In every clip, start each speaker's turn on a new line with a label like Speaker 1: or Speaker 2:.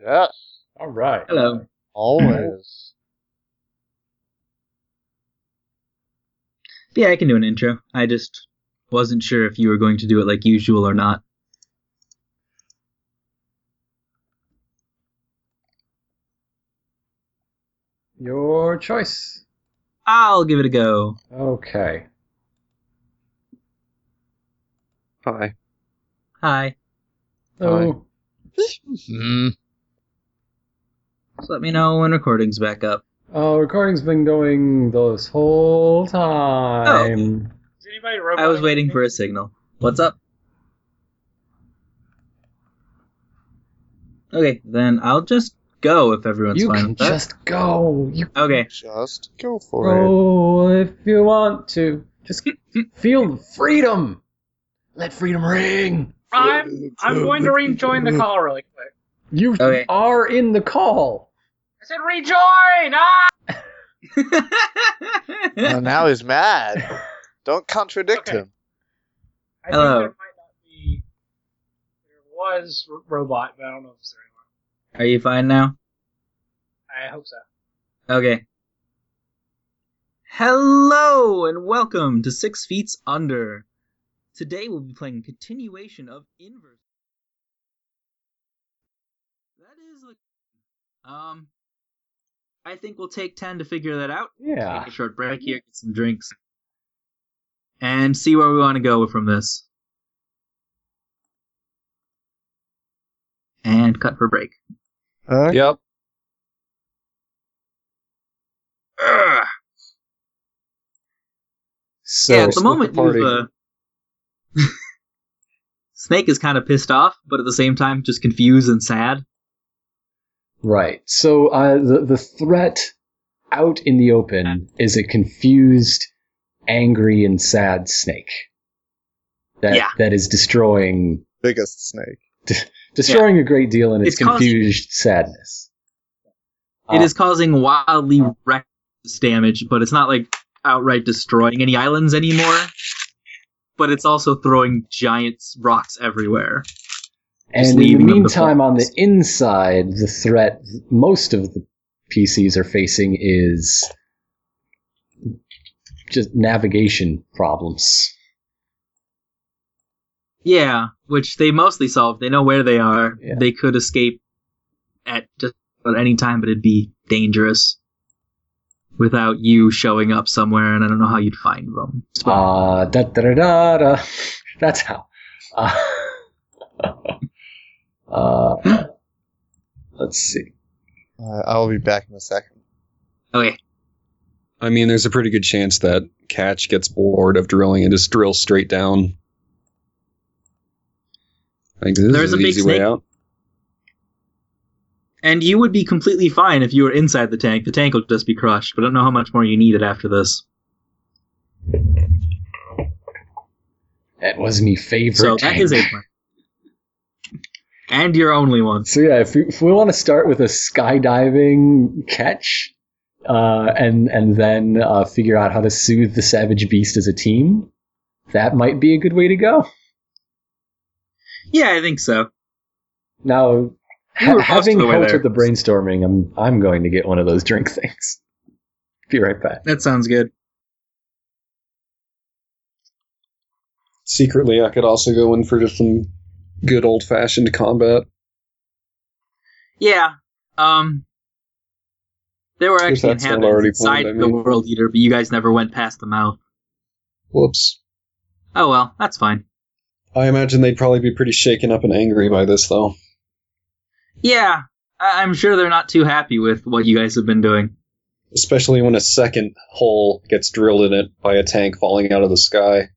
Speaker 1: Yes,
Speaker 2: All right.
Speaker 3: Hello.
Speaker 1: always.
Speaker 3: Yeah, I can do an intro. I just wasn't sure if you were going to do it like usual or not.
Speaker 2: Your choice.
Speaker 3: I'll give it a go.
Speaker 2: Okay.
Speaker 4: Hi.
Speaker 3: Hi.
Speaker 2: Oh,
Speaker 1: Hmm.
Speaker 3: Just let me know when recording's back up.
Speaker 2: uh, recording's been going this whole
Speaker 3: Oh.
Speaker 2: time.
Speaker 5: Is anybody robot?
Speaker 3: I was waiting for a signal. What's up? Okay, then I'll just go if everyone's
Speaker 2: you
Speaker 3: fine
Speaker 2: can
Speaker 3: with that.
Speaker 2: just go. You
Speaker 3: Okay.
Speaker 4: Just go for it.
Speaker 2: go if you want to. Just feel freedom. Let freedom ring.
Speaker 5: I'm I'm going to rejoin the call really quick.
Speaker 2: You
Speaker 3: Okay.
Speaker 2: are in the call.
Speaker 5: I said rejoin. Ah!
Speaker 2: Um,
Speaker 1: Well, now he's mad. Don't contradict
Speaker 5: Okay.
Speaker 1: him.
Speaker 5: I
Speaker 3: Hello.
Speaker 5: think there might not be. There was r- robot, but I don't know if it's there
Speaker 3: Are you fine now?
Speaker 5: anymore. I hope so.
Speaker 3: Okay. Hello and welcome to Six Feet Under. Today we'll be playing a continuation of Inverse. That is the. Um. I think we'll take 10 to figure that out.
Speaker 2: Yeah.
Speaker 3: Take a short break here, get some drinks, and see where we want to go from this. And cut for break.
Speaker 1: Huh?
Speaker 2: Yep.
Speaker 3: Ugh.
Speaker 4: So,
Speaker 3: yeah, at the
Speaker 4: split
Speaker 3: moment,
Speaker 4: party.
Speaker 3: you've, uh, Snake is kind of pissed off, but at the same time, just confused and sad.
Speaker 2: Right. So uh, the the threat out in the open is a confused, angry, and sad snake. That
Speaker 3: Yeah.
Speaker 2: that is destroying
Speaker 4: biggest snake.
Speaker 2: destroying a great deal in its,
Speaker 3: It's causing-
Speaker 2: confused sadness.
Speaker 3: It
Speaker 2: Uh,
Speaker 3: is causing wildly reckless damage, but it's not like outright destroying any islands anymore. But it's also throwing giant rocks everywhere.
Speaker 2: and in the
Speaker 3: leaving them to
Speaker 2: meantime, on the
Speaker 3: forest.
Speaker 2: inside, the threat most of the PCs are facing is just navigation problems.
Speaker 3: Yeah, which they mostly solved. They know where they are.
Speaker 2: Yeah.
Speaker 3: They could escape at just about any time, but it'd be dangerous without you showing up somewhere, and I don't know how you'd find them.
Speaker 2: Uh, da, da, da, da, da. That's how. Uh, uh, let's see.
Speaker 4: Uh, I'll be back in a second.
Speaker 3: Okay.
Speaker 6: I mean, there's a pretty good chance that Catch gets bored of drilling and just drills straight down. Like, this
Speaker 3: There's
Speaker 6: is
Speaker 3: a
Speaker 6: an
Speaker 3: big
Speaker 6: easy
Speaker 3: snake.
Speaker 6: way out.
Speaker 3: And you would be completely fine if you were inside the tank. The tank will just be crushed, but I don't know how much more you need it after this.
Speaker 2: That was me favorite.
Speaker 3: So that is a
Speaker 2: tank.
Speaker 3: plan. And your only one.
Speaker 2: So yeah, if we, if we want to start with a skydiving catch, uh, and and then uh, figure out how to soothe the savage beast as a team, that might be a good way to go.
Speaker 3: Yeah, I think so.
Speaker 2: Now,
Speaker 3: We
Speaker 2: ha-
Speaker 3: were most of
Speaker 2: having
Speaker 3: the way
Speaker 2: helped
Speaker 3: there.
Speaker 2: with the brainstorming, I'm I'm going to get one of those drink things. Be right back.
Speaker 3: That sounds good.
Speaker 6: Secretly, I could also go in for just some good old fashioned combat.
Speaker 3: Yeah. Um. There were
Speaker 6: Guess
Speaker 3: actually
Speaker 6: that's not
Speaker 3: inhabitants
Speaker 6: already
Speaker 3: inside
Speaker 6: planned, I
Speaker 3: the
Speaker 6: mean.
Speaker 3: world eater, but you guys never went past the mouth.
Speaker 6: Whoops.
Speaker 3: Oh well, that's fine.
Speaker 6: I imagine they'd probably be pretty shaken up and angry by this, though.
Speaker 3: Yeah, I- I'm sure they're not too happy with what you guys have been doing.
Speaker 6: Especially when a second hole gets drilled in it by a tank falling out of the sky.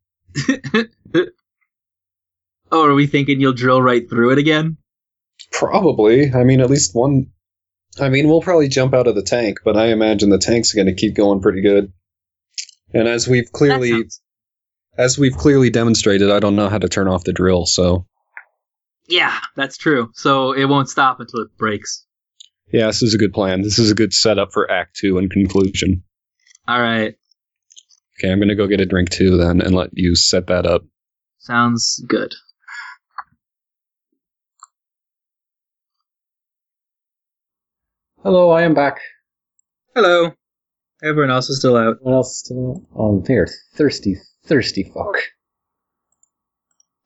Speaker 3: Oh, are we thinking you'll drill right through it again?
Speaker 6: Probably. I mean, at least one. I mean, we'll probably jump out of the tank, but I imagine the tank's going to keep going pretty good. And as we've clearly,
Speaker 3: That sounds-
Speaker 6: as we've clearly demonstrated, I don't know how to turn off the drill, so
Speaker 3: yeah, that's true. So it won't stop until it breaks.
Speaker 6: yeah, this is a good plan. This is a good setup for Act Two and conclusion.
Speaker 3: All right,
Speaker 6: Okay, I'm going to go get a drink too, then, and let you set that up.
Speaker 3: sounds good.
Speaker 2: Hello, I am back.
Speaker 3: Hello. Everyone else is still out.
Speaker 2: What else? To know? Oh, they are thirsty, thirsty fuck.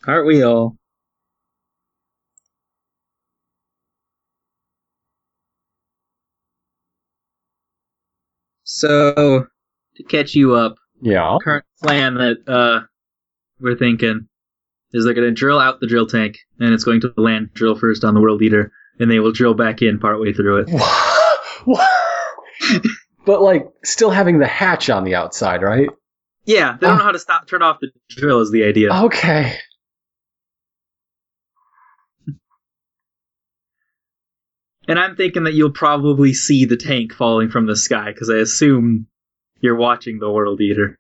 Speaker 3: Aren't we all? So, to catch you up,
Speaker 2: Yeah.
Speaker 3: current plan that uh, we're thinking is they're going to drill out the drill tank, and it's going to land drill first on the world leader, and they will drill back in partway through it.
Speaker 2: What? but like, still having the hatch on the outside, right?
Speaker 3: Yeah, they don't know how to stop turn off the drill is the idea.
Speaker 2: Okay.
Speaker 3: And I'm thinking that you'll probably see the tank falling from the sky because I assume you're watching the World Eater,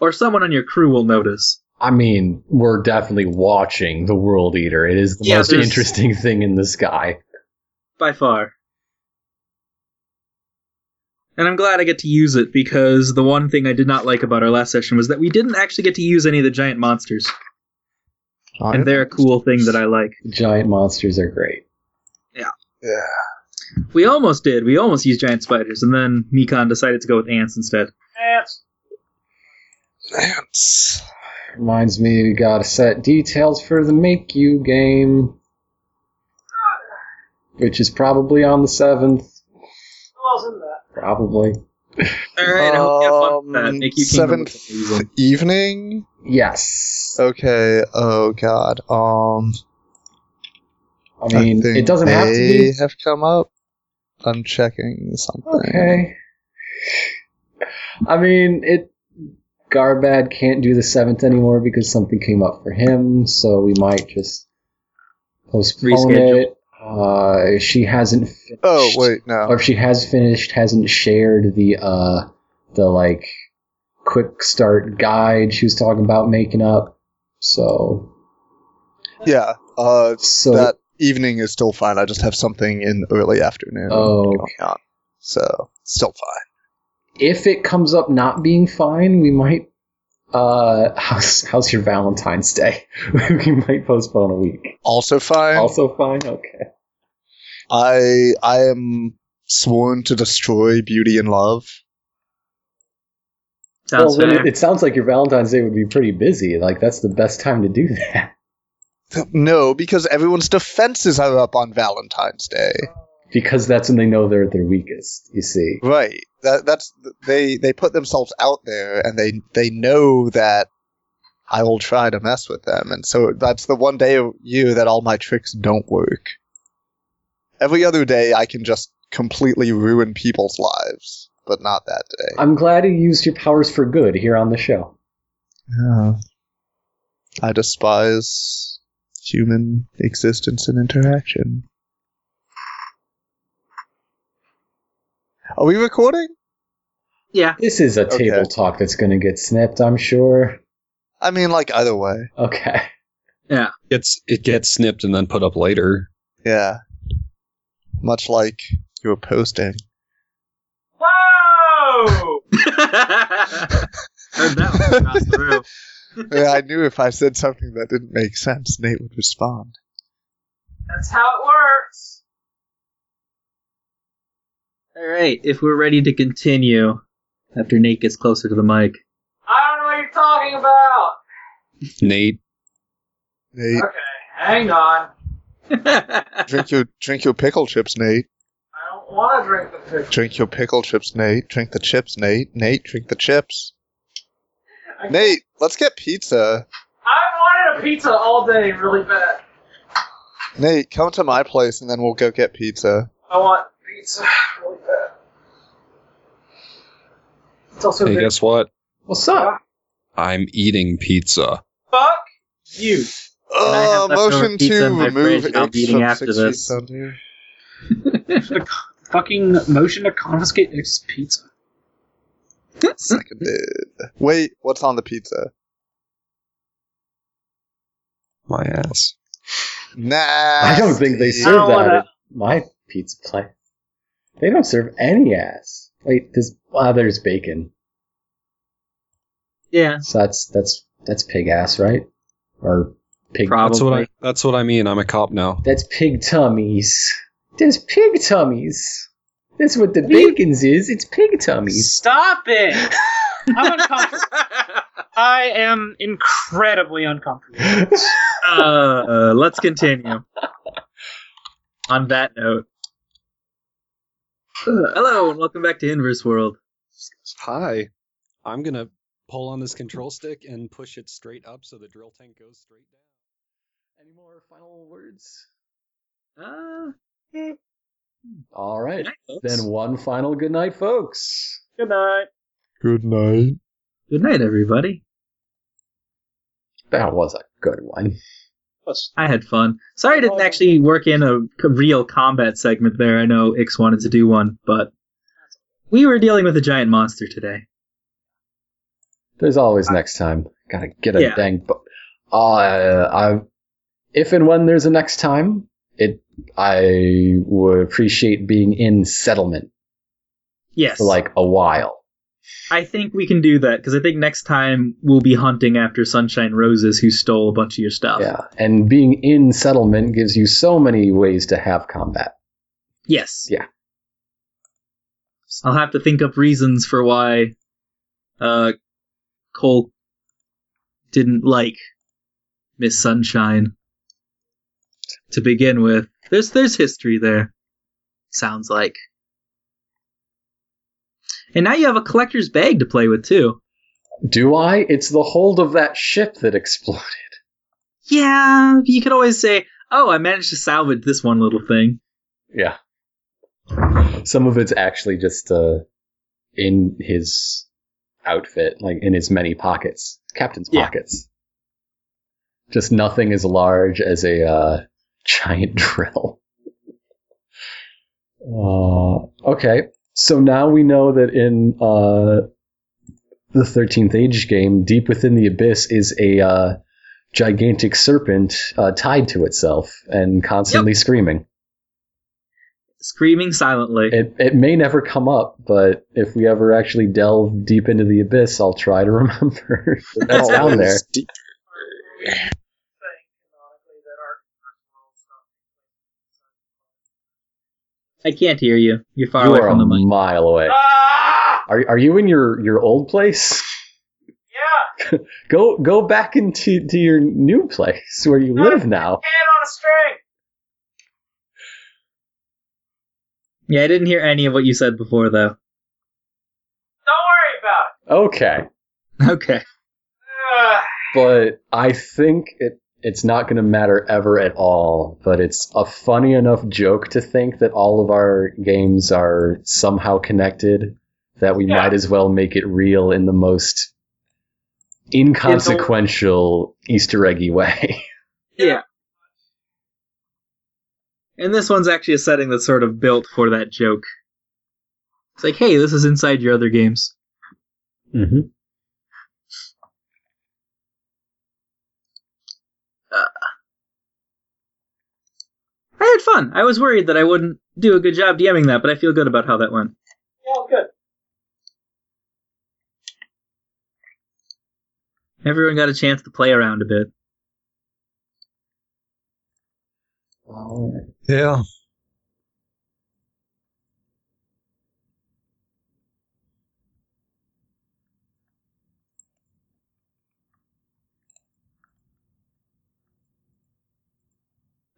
Speaker 3: or someone on your crew will notice.
Speaker 2: I mean, we're definitely watching the World Eater. It is the
Speaker 3: Yeah,
Speaker 2: most
Speaker 3: there's-
Speaker 2: interesting thing in the sky.
Speaker 3: by far. And I'm glad I get to use it because the one thing I did not like about our last session was that we didn't actually get to use any of the giant monsters, and they're a cool thing that I like.
Speaker 2: Giant monsters are great.
Speaker 4: Yeah.
Speaker 3: We almost did. We almost used giant spiders, and then Mikan decided to go with ants instead.
Speaker 5: That's
Speaker 4: Ants.
Speaker 2: Reminds me, we got to set details for the Make You game, which is probably on the seventh.
Speaker 5: was in that.
Speaker 2: Probably.
Speaker 3: All right, I hope you have fun with that.
Speaker 4: Um,
Speaker 3: Make you kingdom
Speaker 4: seventh evening.
Speaker 2: Yes.
Speaker 4: Okay. Oh God. Um.
Speaker 2: I mean,
Speaker 4: think
Speaker 2: it doesn't have to
Speaker 4: they
Speaker 2: be.
Speaker 4: have come up. I'm checking something.
Speaker 2: Okay. I mean, it. Garbad can't do the seventh anymore because something came up for him, so we might just postpone
Speaker 3: Reschedule.
Speaker 2: it. Uh, she hasn't. Finished,
Speaker 4: Oh wait,
Speaker 2: Or
Speaker 4: no.
Speaker 2: if she has finished, hasn't shared the uh, the like quick start guide she was talking about making up. So
Speaker 4: Yeah. Uh,
Speaker 2: so
Speaker 4: that evening is still fine. I just have something in early afternoon
Speaker 2: Oh.
Speaker 4: going on, so still fine.
Speaker 2: if it comes up not being fine, we might. Uh, how's how's your Valentine's Day? we might postpone a week.
Speaker 4: Also fine.
Speaker 2: also fine. Okay.
Speaker 4: I I am sworn to destroy beauty and love.
Speaker 3: sounds
Speaker 2: well, then
Speaker 3: fair.
Speaker 2: it, it sounds like your Valentine's Day would be pretty busy. Like that's the best time to do that
Speaker 4: No, because everyone's defenses are up on Valentine's Day.
Speaker 2: because that's when they know they're at their weakest. You see.
Speaker 4: Right. That that's they they put themselves out there and they they know that I will try to mess with them and so that's the one day of year that all my tricks don't work. Every other day I can just completely ruin people's lives, but not that day.
Speaker 2: I'm glad you used your powers for good here on the show.
Speaker 4: I despise human existence and interaction. Are we recording?
Speaker 3: yeah,
Speaker 2: This is a
Speaker 4: Okay.
Speaker 2: table talk that's going to get snipped, I'm sure.
Speaker 4: I mean, like either way.
Speaker 2: Okay.
Speaker 6: It's it gets snipped and then put up later.
Speaker 4: Yeah. Much like you were posting.
Speaker 5: Whoa!
Speaker 3: heard that one across the room.
Speaker 4: yeah, I knew if I said something that didn't make sense, Nate would respond.
Speaker 5: That's how it works.
Speaker 3: All right, if we're ready to continue after Nate gets closer to the mic.
Speaker 5: I don't know what you're talking about.
Speaker 6: Nate,
Speaker 4: Nate,
Speaker 5: Okay, hang on.
Speaker 4: drink your drink your pickle chips, Nate.
Speaker 5: I don't want to drink the picture.
Speaker 4: Drink your pickle chips, Nate. Drink the chips, Nate. Nate, drink the chips. Nate, let's get pizza.
Speaker 5: I wanted a pizza all day really bad.
Speaker 4: Nate, come to my place and then we'll go get pizza.
Speaker 5: I want pizza really bad. It's also
Speaker 6: hey,
Speaker 5: big.
Speaker 6: guess what?
Speaker 2: What's up?
Speaker 6: I'm eating pizza.
Speaker 5: Fuck you.
Speaker 3: I have
Speaker 4: Uh,
Speaker 3: leftover
Speaker 4: motion
Speaker 3: pizza
Speaker 4: to
Speaker 3: in my
Speaker 4: remove
Speaker 3: fridge and I'll
Speaker 4: X
Speaker 3: be eating
Speaker 4: from
Speaker 3: after
Speaker 4: six
Speaker 3: this.
Speaker 4: feet under.
Speaker 5: Fucking motion to confiscate Nick's pizza.
Speaker 4: Seconded. Wait, what's on the pizza?
Speaker 6: My ass.
Speaker 4: Nah.
Speaker 2: I don't think they
Speaker 5: I
Speaker 2: serve
Speaker 5: don't
Speaker 2: that
Speaker 5: wanna-
Speaker 2: at my pizza place. They don't serve any ass. Wait, there's ah, there's bacon.
Speaker 3: yeah,
Speaker 2: So that's that's that's pig ass, right? Or pig?
Speaker 3: Probably.
Speaker 6: That's what I. That's what I mean. I'm a cop now.
Speaker 2: That's pig tummies. There's pig tummies. That's what the bacon's is. It's pig tummies.
Speaker 5: Stop it! I'm uncomfortable. I am incredibly uncomfortable.
Speaker 3: uh, uh, let's continue. On that note, Uh, hello and welcome back to Inverse World.
Speaker 6: Hi. I'm going to pull on this control stick and push it straight up so the drill tank goes straight down.
Speaker 2: Any more final words?
Speaker 3: Uh,
Speaker 2: All right.
Speaker 3: night, folks.
Speaker 2: Then one final good night, folks.
Speaker 5: Good night.
Speaker 4: Good night.
Speaker 3: good night, everybody.
Speaker 2: That was a good one.
Speaker 5: Plus,
Speaker 3: I had fun. Sorry I didn't actually work in a c- real combat segment there. I know Ix wanted to do one, but we were dealing with a giant monster today.
Speaker 2: There's always next time. Gotta get a
Speaker 3: Yeah.
Speaker 2: dang. Bo- uh, I, if and when there's a next time, it I would appreciate being in settlement
Speaker 3: Yes.
Speaker 2: for like a while.
Speaker 3: I think we can do that because I think next time we'll be hunting after Sunshine Roses, who stole a bunch of your stuff.
Speaker 2: Yeah, and being in settlement gives you so many ways to have combat.
Speaker 3: Yes.
Speaker 2: Yeah.
Speaker 3: I'll have to think up reasons for why uh, Cole didn't like Miss Sunshine to begin with. There's there's history there. Sounds like. And now you have a collector's bag to play with too.
Speaker 2: Do I? It's the hold of that ship that exploded.
Speaker 3: Yeah, you could always say, "Oh, I managed to salvage this one little thing."
Speaker 2: Yeah. Some of it's actually just uh, in his outfit, like in his many pockets, captain's
Speaker 3: Yeah.
Speaker 2: pockets. Just nothing as large as a uh, giant drill. Uh, okay, so now we know that in uh, the Thirteenth Age game, deep within the abyss is a uh, gigantic serpent uh, tied to itself and constantly screaming.
Speaker 3: Screaming silently.
Speaker 2: It it may never come up, but if we ever actually delve deep into the abyss, I'll try to remember that that's down there.
Speaker 5: thing canonically that our world stuff.
Speaker 3: I can't hear you. You're far
Speaker 2: you
Speaker 3: away
Speaker 2: are
Speaker 3: from the
Speaker 2: a
Speaker 3: mic.
Speaker 2: mile away.
Speaker 5: Ah!
Speaker 2: Are are you in your, your old place?
Speaker 5: Yeah,
Speaker 2: Go go back into to your new place where you
Speaker 5: No.
Speaker 2: live now.
Speaker 5: hand on a string.
Speaker 3: Yeah, I didn't hear any of what you said before though.
Speaker 5: Don't worry about it.
Speaker 2: Okay,
Speaker 3: Okay.
Speaker 5: Ugh.
Speaker 2: but I think it it's not going to matter ever at all. But it's a funny enough joke to think that all of our games are somehow connected. That we
Speaker 5: Yeah.
Speaker 2: might as well make it real in the most inconsequential Easter eggy way.
Speaker 3: Yeah. And this one's actually a setting that's sort of built for that joke. It's like, hey, this is inside your other games.
Speaker 2: mm-hmm.
Speaker 3: I had fun. I was worried that I wouldn't do a good job DMing that, but I feel good about how that went.
Speaker 5: Yeah, good.
Speaker 3: Everyone got a chance to play around a bit.
Speaker 6: Yeah.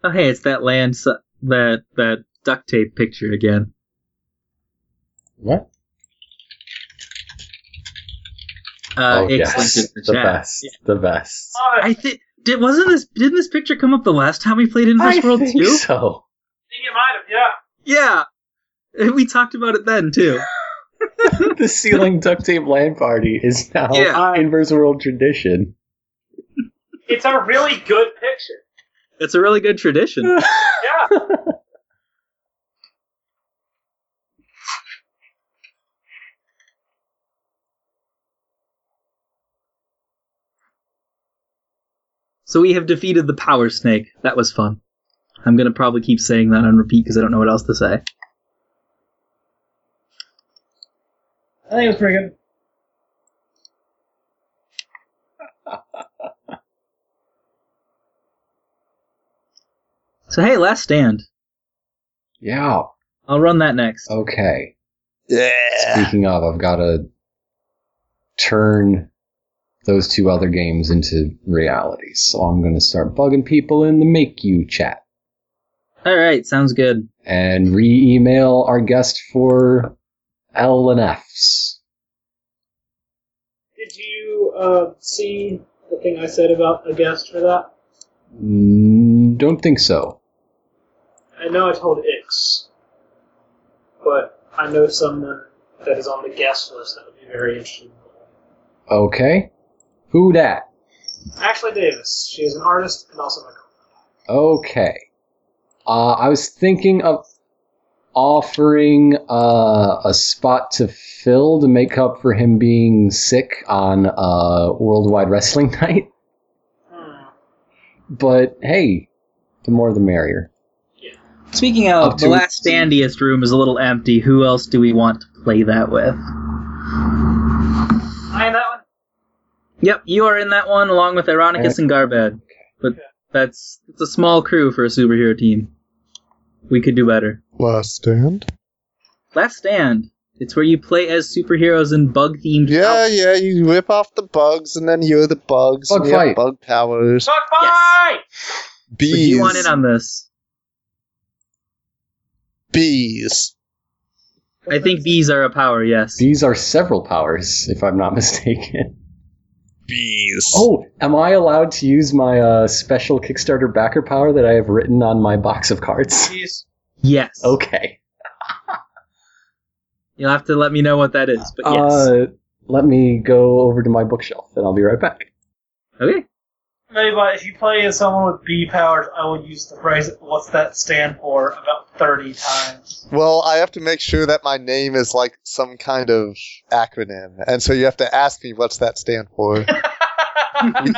Speaker 3: Oh, hey, it's that land, su- that that duct tape picture again.
Speaker 2: What?
Speaker 3: Uh,
Speaker 2: oh
Speaker 3: Ix
Speaker 2: yes,
Speaker 3: linked it
Speaker 2: the
Speaker 3: in the chat.
Speaker 2: best, the best.
Speaker 5: Love it.
Speaker 3: I think did wasn't this didn't this picture come up the last time we played Um, Inverse
Speaker 2: I
Speaker 3: World
Speaker 2: think
Speaker 3: too?
Speaker 2: so.
Speaker 5: I think you might have, yeah.
Speaker 3: Yeah, we talked about it then too.
Speaker 2: the ceiling duct tape land party is now
Speaker 3: Yeah.
Speaker 2: inverse world tradition.
Speaker 5: It's a really good picture.
Speaker 3: It's a really good tradition.
Speaker 5: Yeah.
Speaker 3: so we have defeated the power snake. That was fun. I'm gonna probably keep saying that on repeat because I don't know what else to say.
Speaker 5: I think it was pretty good.
Speaker 3: So hey, last stand.
Speaker 2: Yeah.
Speaker 3: I'll run that next.
Speaker 2: Oh. Okay.
Speaker 4: Yeah.
Speaker 2: Speaking of, I've got to turn those two other games into realities. So I'm going to start bugging people in the Make You chat
Speaker 3: All right, sounds good.
Speaker 2: and re email our guest for L and F's.
Speaker 5: Did you uh, see the thing I said about a guest for that?
Speaker 2: Mm, Don't think so.
Speaker 5: I know I told Ix, but I know someone that is on the guest list that would be very interested.
Speaker 2: Okay. Who dat?
Speaker 5: Ashley Davis. She is an artist and also my girlfriend.
Speaker 2: Okay. Uh, I was thinking of offering uh, a spot to fill to make up for him being sick on uh, Worldwide Wrestling Night,
Speaker 5: Hmm.
Speaker 2: but hey, the more the merrier.
Speaker 3: Speaking
Speaker 2: Up
Speaker 3: of, the
Speaker 2: to-
Speaker 3: last standiest room is a little empty. Who else do we want to play that with?
Speaker 5: I am that one.
Speaker 3: Yep, you are in that one along with Ironicus and Garbad. But that's it's a small crew for a superhero team. We could do better.
Speaker 4: Last stand.
Speaker 3: Last Stand. It's where you play as superheroes in bug themed
Speaker 4: Yeah, yeah. You rip off the bugs, and then you're the bugs.
Speaker 2: Bug
Speaker 4: and you have
Speaker 2: fight.
Speaker 4: Bug powers.
Speaker 5: Suck fight!
Speaker 3: Would
Speaker 4: Bees.
Speaker 3: you want in on this?
Speaker 4: bees.
Speaker 3: I think bees are a power, yes.
Speaker 2: These are several powers, if I'm not mistaken.
Speaker 4: Bees.
Speaker 2: Oh, am I allowed to use my uh, special Kickstarter backer power that I have written on my box of cards?
Speaker 5: He's
Speaker 3: Yes.
Speaker 2: Okay.
Speaker 3: You'll have to let me know what that is, but yes.
Speaker 2: Uh, let me go over to my bookshelf, and I'll be right back.
Speaker 3: okay.
Speaker 5: maybe but if you play as someone with bee powers, I will use the phrase "What's that stand for?" about thirty times.
Speaker 4: Well, I have to make sure that my name is like some kind of acronym, and so you have to ask me what's that stand for. you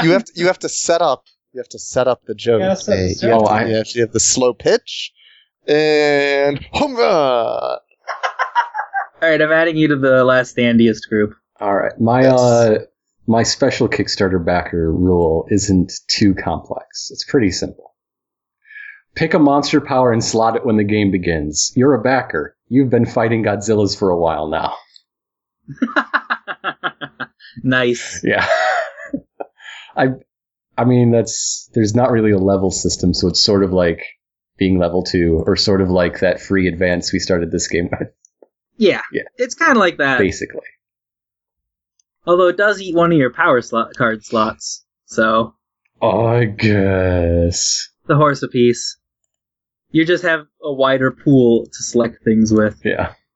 Speaker 4: you have to you have to set up you have to set up the joke.
Speaker 5: Yeah, set the
Speaker 4: Hey,
Speaker 5: joke.
Speaker 4: you, have
Speaker 2: Oh,
Speaker 4: to,
Speaker 2: I-
Speaker 4: you have you have the slow pitch and home run.
Speaker 3: Alright, I'm adding you to the last standiest group.
Speaker 2: All right, my
Speaker 4: Yes.
Speaker 2: uh, my special Kickstarter backer rule isn't too complex. It's pretty simple. Pick a monster power and slot it when the game begins. You're a backer. You've been fighting Godzilla's for a while now.
Speaker 3: nice.
Speaker 2: Yeah. I I mean that's there's not really a level system, so it's sort of like being level two, or sort of like that free advance we started this game with,
Speaker 3: Yeah.
Speaker 2: Yeah.
Speaker 3: It's kind of like that.
Speaker 2: basically.
Speaker 3: Although it does eat one of your power slot card slots. So,
Speaker 2: I guess.
Speaker 3: the horse apiece. You just have a wider pool to select things with.
Speaker 2: Yeah.